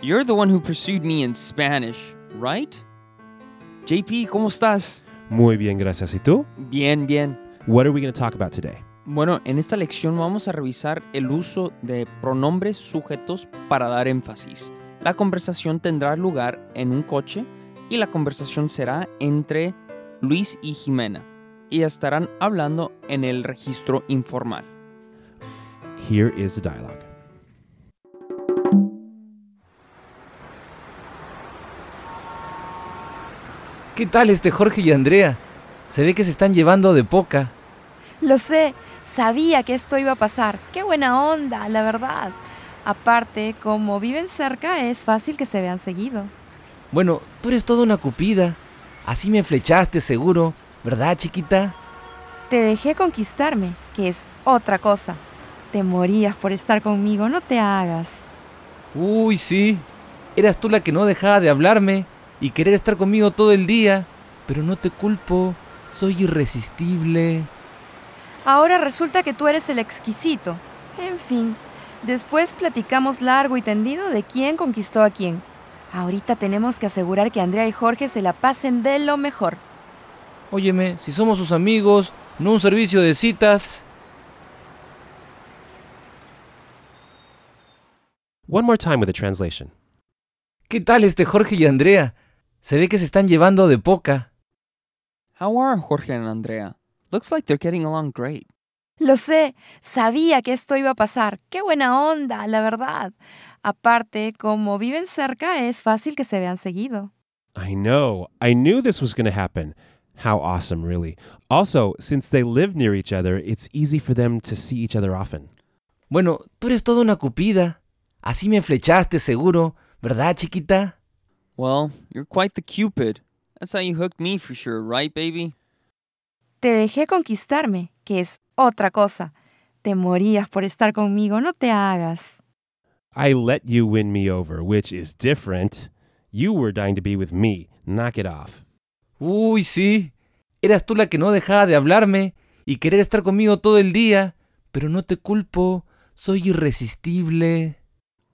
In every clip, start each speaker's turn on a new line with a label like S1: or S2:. S1: You're the one who pursued me in Spanish, right? JP, ¿cómo estás?
S2: Muy bien, gracias. ¿Y tú?
S1: Bien, bien.
S2: What are we going to talk about today?
S1: Bueno, en esta lección vamos a revisar el uso de pronombres sujetos para dar énfasis. La conversación tendrá lugar en un coche y la conversación será entre Luis y Jimena y estarán hablando en el registro informal.
S2: Here is the dialogue.
S3: ¿Qué tal este Jorge y Andrea? Se ve que se están llevando de poca.
S4: Lo sé, sabía que esto iba a pasar. Qué buena onda, la verdad. Aparte, como viven cerca, es fácil que se vean seguido.
S3: Bueno, tú eres toda una cupida. Así me flechaste seguro, ¿verdad, chiquita?
S4: Te dejé conquistarme, que es otra cosa. Te morías por estar conmigo, no te hagas.
S3: Uy, sí. Eras tú la que no dejaba de hablarme y querer estar conmigo todo el día. Pero no te culpo, soy irresistible.
S4: Ahora resulta que tú eres el exquisito. En fin, después platicamos largo y tendido de quién conquistó a quién. Ahorita tenemos que asegurar que Andrea y Jorge se la pasen de lo mejor.
S3: Óyeme, si somos sus amigos, no un servicio de citas.
S2: One more time with the translation.
S3: ¿Qué tal este Jorge y Andrea? Se ve que se están llevando de poca.
S1: How are Jorge and Andrea? Looks like they're getting along great.
S4: Lo sé, sabía que esto iba a pasar. Qué buena onda, la verdad. Aparte, como viven cerca, es fácil que se vean seguido.
S2: I know. I knew this was going to happen. How awesome, really. Also, since they live near each other, it's easy for them to see each other often.
S3: Bueno, tú eres toda una cupida. Así me flechaste seguro, ¿verdad, chiquita?
S1: Well, you're quite the cupid. That's how you hooked me for sure, right, baby?
S4: Te dejé conquistarme, que es otra cosa. Te morías por estar conmigo, no te hagas.
S2: I let you win me over, which is different. You were dying to be with me. Knock it off.
S3: Uy, sí. Eras tú la que no dejaba de hablarme y querer estar conmigo todo el día. Pero no te culpo, soy irresistible.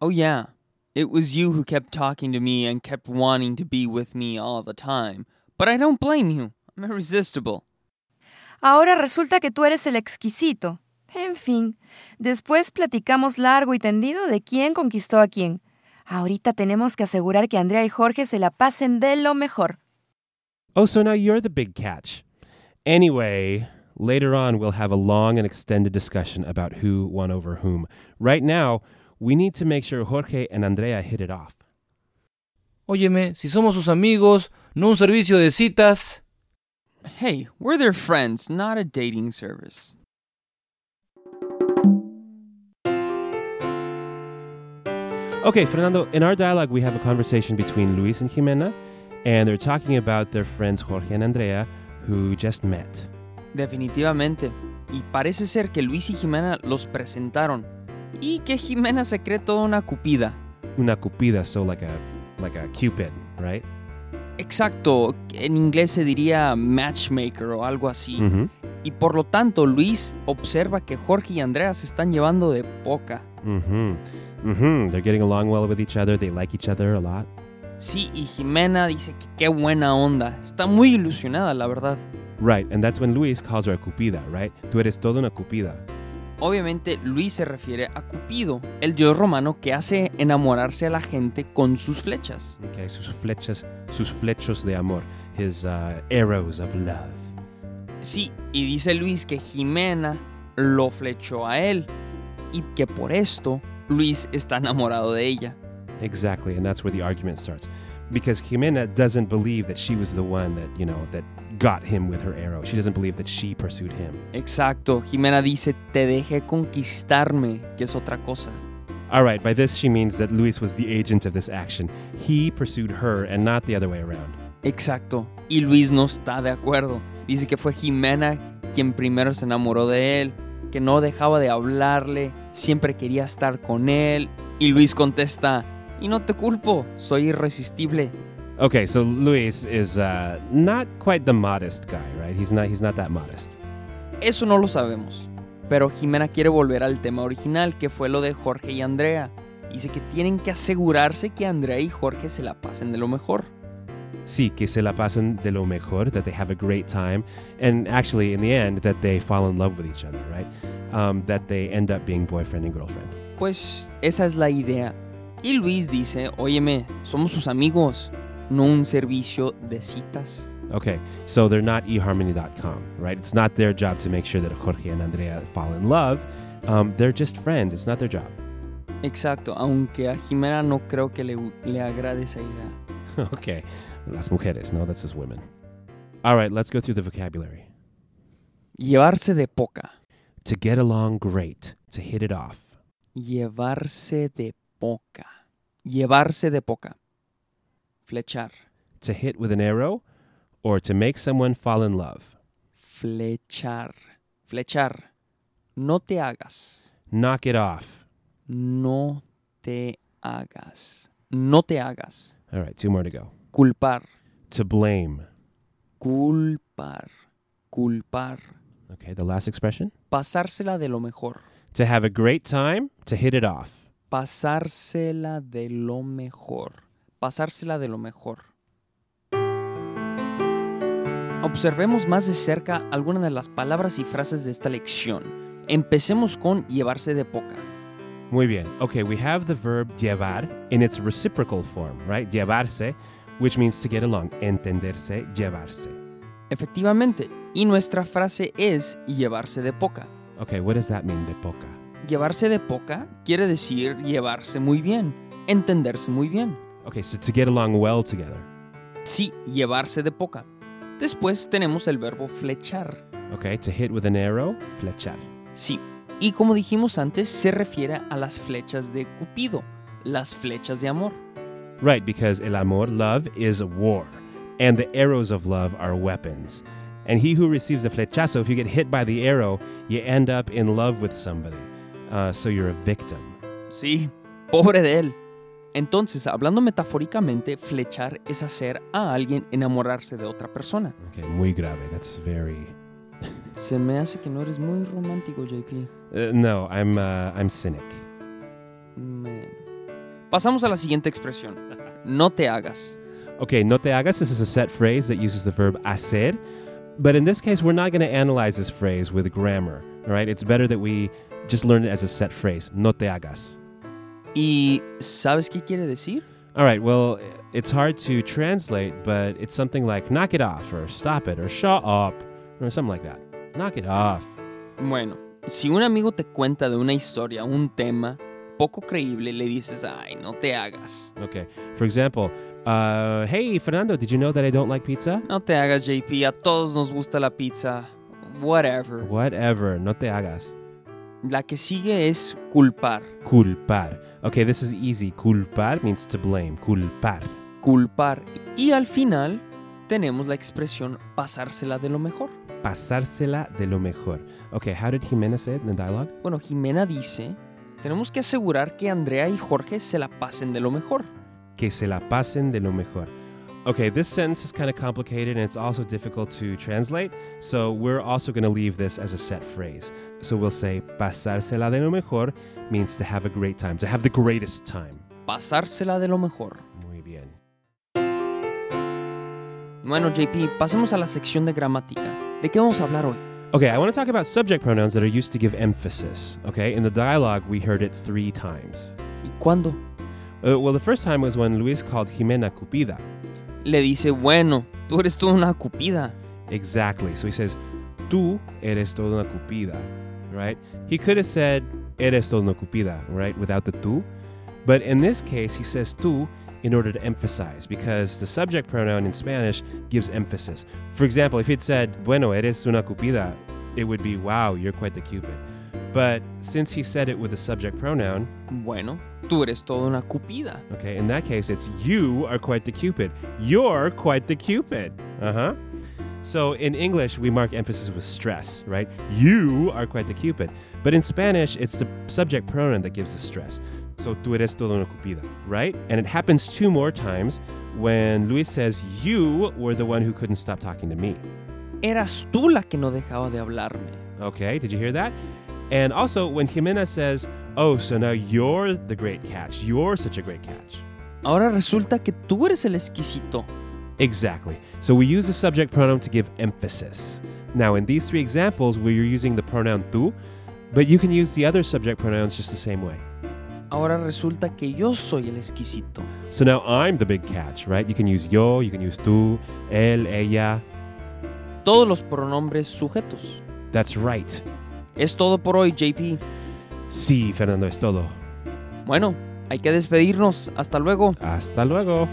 S1: Oh, yeah. It was you who kept talking to me and kept wanting to be with me all the time. But I don't blame you. I'm irresistible.
S4: Ahora resulta que tú eres el exquisito. En fin, después platicamos largo y tendido de quién conquistó a quién. Ahorita tenemos que asegurar que Andrea y Jorge se la pasen de lo mejor.
S2: Oh, so now you're the big catch. Anyway, later on we'll have a long and extended discussion about who won over whom. Right now, we need to make sure Jorge and Andrea hit it off.
S3: Óyeme, si somos sus amigos, no un servicio de citas.
S1: Hey, we're their friends, not a dating service.
S2: Okay, Fernando, in our dialogue, we have a conversation between Luis and Jimena, and they're talking about their friends Jorge and Andrea, who just met.
S1: Definitivamente. Y parece ser que Luis y Jimena los presentaron. Y que Jimena se cree toda una cupida.
S2: Una cupida, so like a like a cupid, right?
S1: Exacto, en inglés se diría matchmaker o algo así.
S2: Mm-hmm.
S1: Y por lo tanto, Luis observa que Jorge y Andrea se están llevando de poca.
S2: Mm-hmm. Mm-hmm. They're getting along well with each other. They like each other a lot.
S1: Sí, y Jimena dice que qué buena onda. Está muy ilusionada, la verdad.
S2: Right, and that's when Luis calls her a cupida, right? Tú eres toda una cupida.
S1: Obviamente Luis se refiere a Cupido, el dios romano que hace enamorarse a la gente con sus flechas.
S2: Okay, sus flechas, sus flechos de amor. His uh, arrows of love.
S1: Sí, y dice Luis que Jimena lo flechó a él y que por esto Luis está enamorado de ella.
S2: Exactly, and that's where the argument starts. Because Jimena doesn't believe that she was the one that, you know, that got him with her arrow. She doesn't believe that she pursued him.
S1: Exacto, Jimena dice, te dejé conquistarme, que es otra cosa.
S2: All right, by this she means that Luis was the agent of this action. He pursued her and not the other way around.
S1: Exacto, y Luis no está de acuerdo. Dice que fue Jimena quien primero se enamoró de él, que no dejaba de hablarle, siempre quería estar con él. Y Luis contesta, y no te culpo, soy irresistible.
S2: Okay, so Luis is uh, not quite the modest guy, right? He's not he's not that modest.
S1: Eso no lo sabemos. Pero Jimena quiere volver al tema original, que fue lo de Jorge y Andrea. Dice que tienen que asegurarse que Andrea y Jorge se la pasen de lo mejor.
S2: Sí, que se la pasen de lo mejor, that they have a great time, and actually, in the end, that they fall in love with each other, right? Um, that they end up being boyfriend and girlfriend.
S1: Pues esa es la idea. Y Luis dice, óyeme, somos sus amigos, no un servicio de citas.
S2: Okay, so they're not eharmony.com, right? It's not their job to make sure that Jorge and Andrea fall in love. Um, they're just friends. It's not their job.
S1: Exacto, aunque a Jimena no creo que le, le agrade esa idea.
S2: okay, las mujeres. No, that's just women. All right, let's go through the vocabulary.
S1: Llevarse de poca.
S2: To get along great, to hit it off.
S1: Llevarse de poca. Llevarse de poca. Flechar.
S2: to hit with an arrow or to make someone fall in love.
S1: Flechar. Flechar. No te hagas.
S2: Knock it off.
S1: No te hagas. No te hagas.
S2: All right, two more to go.
S1: Culpar.
S2: To blame.
S1: Culpar. Culpar.
S2: Okay, the last expression.
S1: Pasársela de lo mejor.
S2: To have a great time, to hit it off.
S1: Pasársela de lo mejor. Pasársela de lo mejor. Observemos más de cerca algunas de las palabras y frases de esta lección. Empecemos con llevarse de poca.
S2: Muy bien. Okay, we have the verb llevar in its reciprocal form, right? Llevarse, which means to get along. Entenderse, llevarse.
S1: Efectivamente, y nuestra frase es llevarse de poca.
S2: Okay, what does that mean, de poca?
S1: Llevarse de poca quiere decir llevarse muy bien, entenderse muy bien.
S2: Okay, so to get along well together.
S1: Sí, llevarse de poca. Después tenemos el verbo flechar.
S2: Okay, to hit with an arrow, flechar.
S1: Sí, y como dijimos antes, se refiere a las flechas de Cupido, las flechas de amor.
S2: Right, because el amor, love, is war, and the arrows of love are weapons. And he who receives a flechazo, if you get hit by the arrow, you end up in love with somebody. Uh, so you're a victim.
S1: Sí, pobre de él. Entonces, hablando metafóricamente, flechar es hacer a alguien enamorarse de otra persona.
S2: Okay, muy grave. That's very.
S1: Se me hace que no eres muy romántico, JP.
S2: Uh, no, I'm uh, I'm cynic.
S1: Man. Pasamos a la siguiente expresión. No te hagas.
S2: Okay, no te hagas. This is a set phrase that uses the verb hacer, but in this case, we're not going to analyze this phrase with grammar. All right, it's better that we just learn it as a set phrase. No te hagas.
S1: ¿Y sabes qué quiere decir?
S2: All right, well, it's hard to translate, but it's something like knock it off or stop it or shut up or something like that. Knock it off.
S1: Bueno, si un amigo te cuenta de una historia, un tema poco creíble, le dices, ay, no te hagas.
S2: Okay. For example, uh, hey, Fernando, did you know that I don't like pizza?
S1: No te hagas, JP, a todos nos gusta la pizza. Whatever.
S2: Whatever, no te hagas.
S1: La que sigue es culpar.
S2: Culpar. Okay, this is easy. Culpar means to blame. Culpar.
S1: Culpar. Y al final tenemos la expresión pasársela de lo mejor.
S2: Pasársela de lo mejor. Okay, how did Jimena say it in the dialogue?
S1: Bueno, Jimena dice, tenemos que asegurar que Andrea y Jorge se la pasen de lo mejor.
S2: que se la pasen de lo mejor. Okay, this sentence is kind of complicated and it's also difficult to translate, so we're also going to leave this as a set phrase. So we'll say pasársela de lo mejor means to have a great time, to have the greatest time.
S1: Pasársela de lo mejor.
S2: Muy bien.
S1: Bueno, JP, pasemos a la sección de gramática. ¿De qué vamos a hablar hoy?
S2: Okay, I want to talk about subject pronouns that are used to give emphasis. Okay, in the dialogue, we heard it three times.
S1: ¿Y cuándo?
S2: Uh, well, the first time was when Luis called Jimena Cupida.
S1: Le dice, bueno, tú eres tú una cupida.
S2: Exactly. So he says, Tú eres toda una cupida, right? He could have said, Eres toda una cupida, right? Without the tú. But in this case, he says tú in order to emphasize because the subject pronoun in Spanish gives emphasis. For example, if he'd said, Bueno, eres una cupida, it would be, Wow, you're quite the cupid. But since he said it with the subject pronoun,
S1: Bueno, tú eres toda una cupida.
S2: okay, in that case, it's you are quite the cupid. You're quite the cupid. Uh huh. So in English, we mark emphasis with stress, right? You are quite the cupid. But in Spanish, it's the subject pronoun that gives the stress. So tú eres toda una cupida, right? And it happens two more times when Luis says, You were the one who couldn't stop talking to me.
S1: Eras tú la que no dejaba de hablarme.
S2: Okay, did you hear that? And also, when Jimena says, Oh, so now you're the great catch, you're such a great catch.
S1: Ahora resulta que tú eres el exquisito.
S2: Exactly. So we use the subject pronoun to give emphasis. Now, in these three examples, where you're using the pronoun tú, but you can use the other subject pronouns just the same way.
S1: Ahora resulta que yo soy el exquisito.
S2: So now I'm the big catch, right? You can use yo, you can use tú, él, ella.
S1: Todos los pronombres sujetos.
S2: That's right.
S1: Es todo por hoy, JP.
S2: Sí, Fernando, es todo.
S1: Bueno, hay que despedirnos. Hasta luego.
S2: Hasta luego.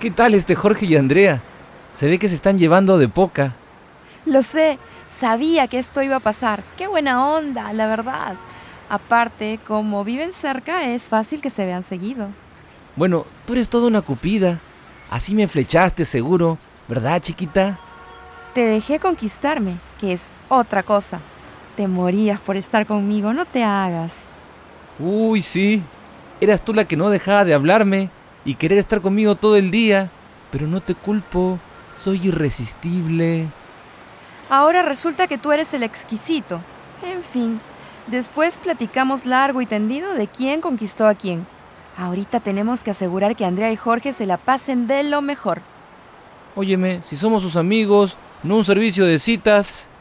S3: ¿Qué tal este Jorge y Andrea? Se ve que se están llevando de poca.
S4: Lo sé, sabía que esto iba a pasar. Qué buena onda, la verdad. Aparte, como viven cerca, es fácil que se vean seguido.
S3: Bueno, tú eres toda una cupida. Así me flechaste seguro, ¿verdad, chiquita?
S4: Te dejé conquistarme, que es otra cosa. Te morías por estar conmigo, no te hagas.
S3: Uy, sí. Eras tú la que no dejaba de hablarme y querer estar conmigo todo el día. Pero no te culpo, soy irresistible.
S4: Ahora resulta que tú eres el exquisito. En fin, después platicamos largo y tendido de quién conquistó a quién. Ahorita tenemos que asegurar que Andrea y Jorge se la pasen de lo mejor.
S3: Óyeme, si somos sus amigos, no un servicio de citas.